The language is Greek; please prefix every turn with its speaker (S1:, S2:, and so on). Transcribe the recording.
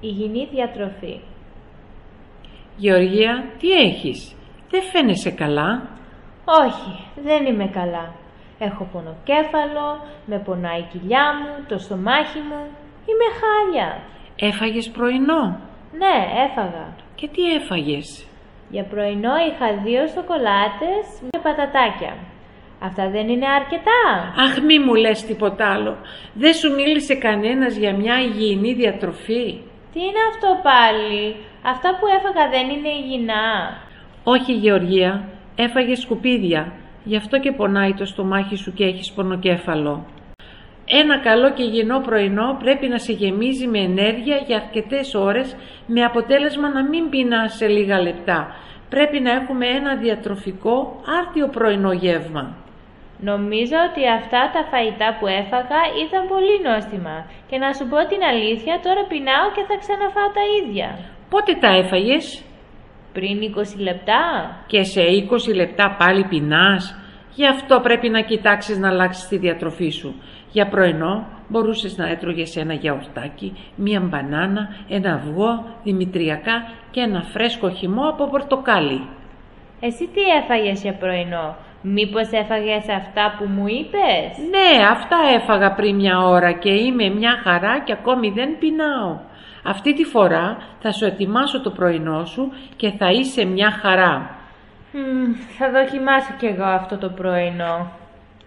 S1: Υγιεινή διατροφή.
S2: Γεωργία, τι έχεις. Δεν φαίνεσαι καλά.
S1: Όχι, δεν είμαι καλά. Έχω πονοκέφαλο, με πονάει η κοιλιά μου, το στομάχι μου. Είμαι χάλια.
S2: Έφαγες πρωινό.
S1: Ναι, έφαγα.
S2: Και τι έφαγες.
S1: Για πρωινό είχα δύο σοκολάτες και πατατάκια. Αυτά δεν είναι αρκετά.
S2: Αχ, μη μου λες τίποτα άλλο. Δεν σου μίλησε κανένας για μια υγιεινή διατροφή.
S1: Τι είναι αυτό πάλι. Αυτά που έφαγα δεν είναι υγιεινά.
S2: Όχι, Γεωργία. Έφαγες σκουπίδια. Γι' αυτό και πονάει το στομάχι σου και έχεις πονοκέφαλο. Ένα καλό και υγιεινό πρωινό πρέπει να σε γεμίζει με ενέργεια για αρκετές ώρες με αποτέλεσμα να μην πεινάς σε λίγα λεπτά. Πρέπει να έχουμε ένα διατροφικό άρτιο πρωινό γεύμα.
S1: Νομίζω ότι αυτά τα φαγητά που έφαγα ήταν πολύ νόστιμα και να σου πω την αλήθεια τώρα πεινάω και θα ξαναφάω τα ίδια.
S2: Πότε τα έφαγες?
S1: Πριν 20 λεπτά.
S2: Και σε 20 λεπτά πάλι πεινάς. Γι' αυτό πρέπει να κοιτάξεις να αλλάξεις τη διατροφή σου. Για πρωινό μπορούσες να έτρωγες ένα γιαουρτάκι, μία μπανάνα, ένα αυγό, δημητριακά και ένα φρέσκο χυμό από πορτοκάλι.
S1: Εσύ τι έφαγες για πρωινό. Μήπως έφαγες αυτά που μου είπες.
S2: Ναι, αυτά έφαγα πριν μια ώρα και είμαι μια χαρά και ακόμη δεν πεινάω. Αυτή τη φορά θα σου ετοιμάσω το πρωινό σου και θα είσαι μια χαρά.
S1: Μμμ, θα δοκιμάσω κι εγώ αυτό το πρωινό.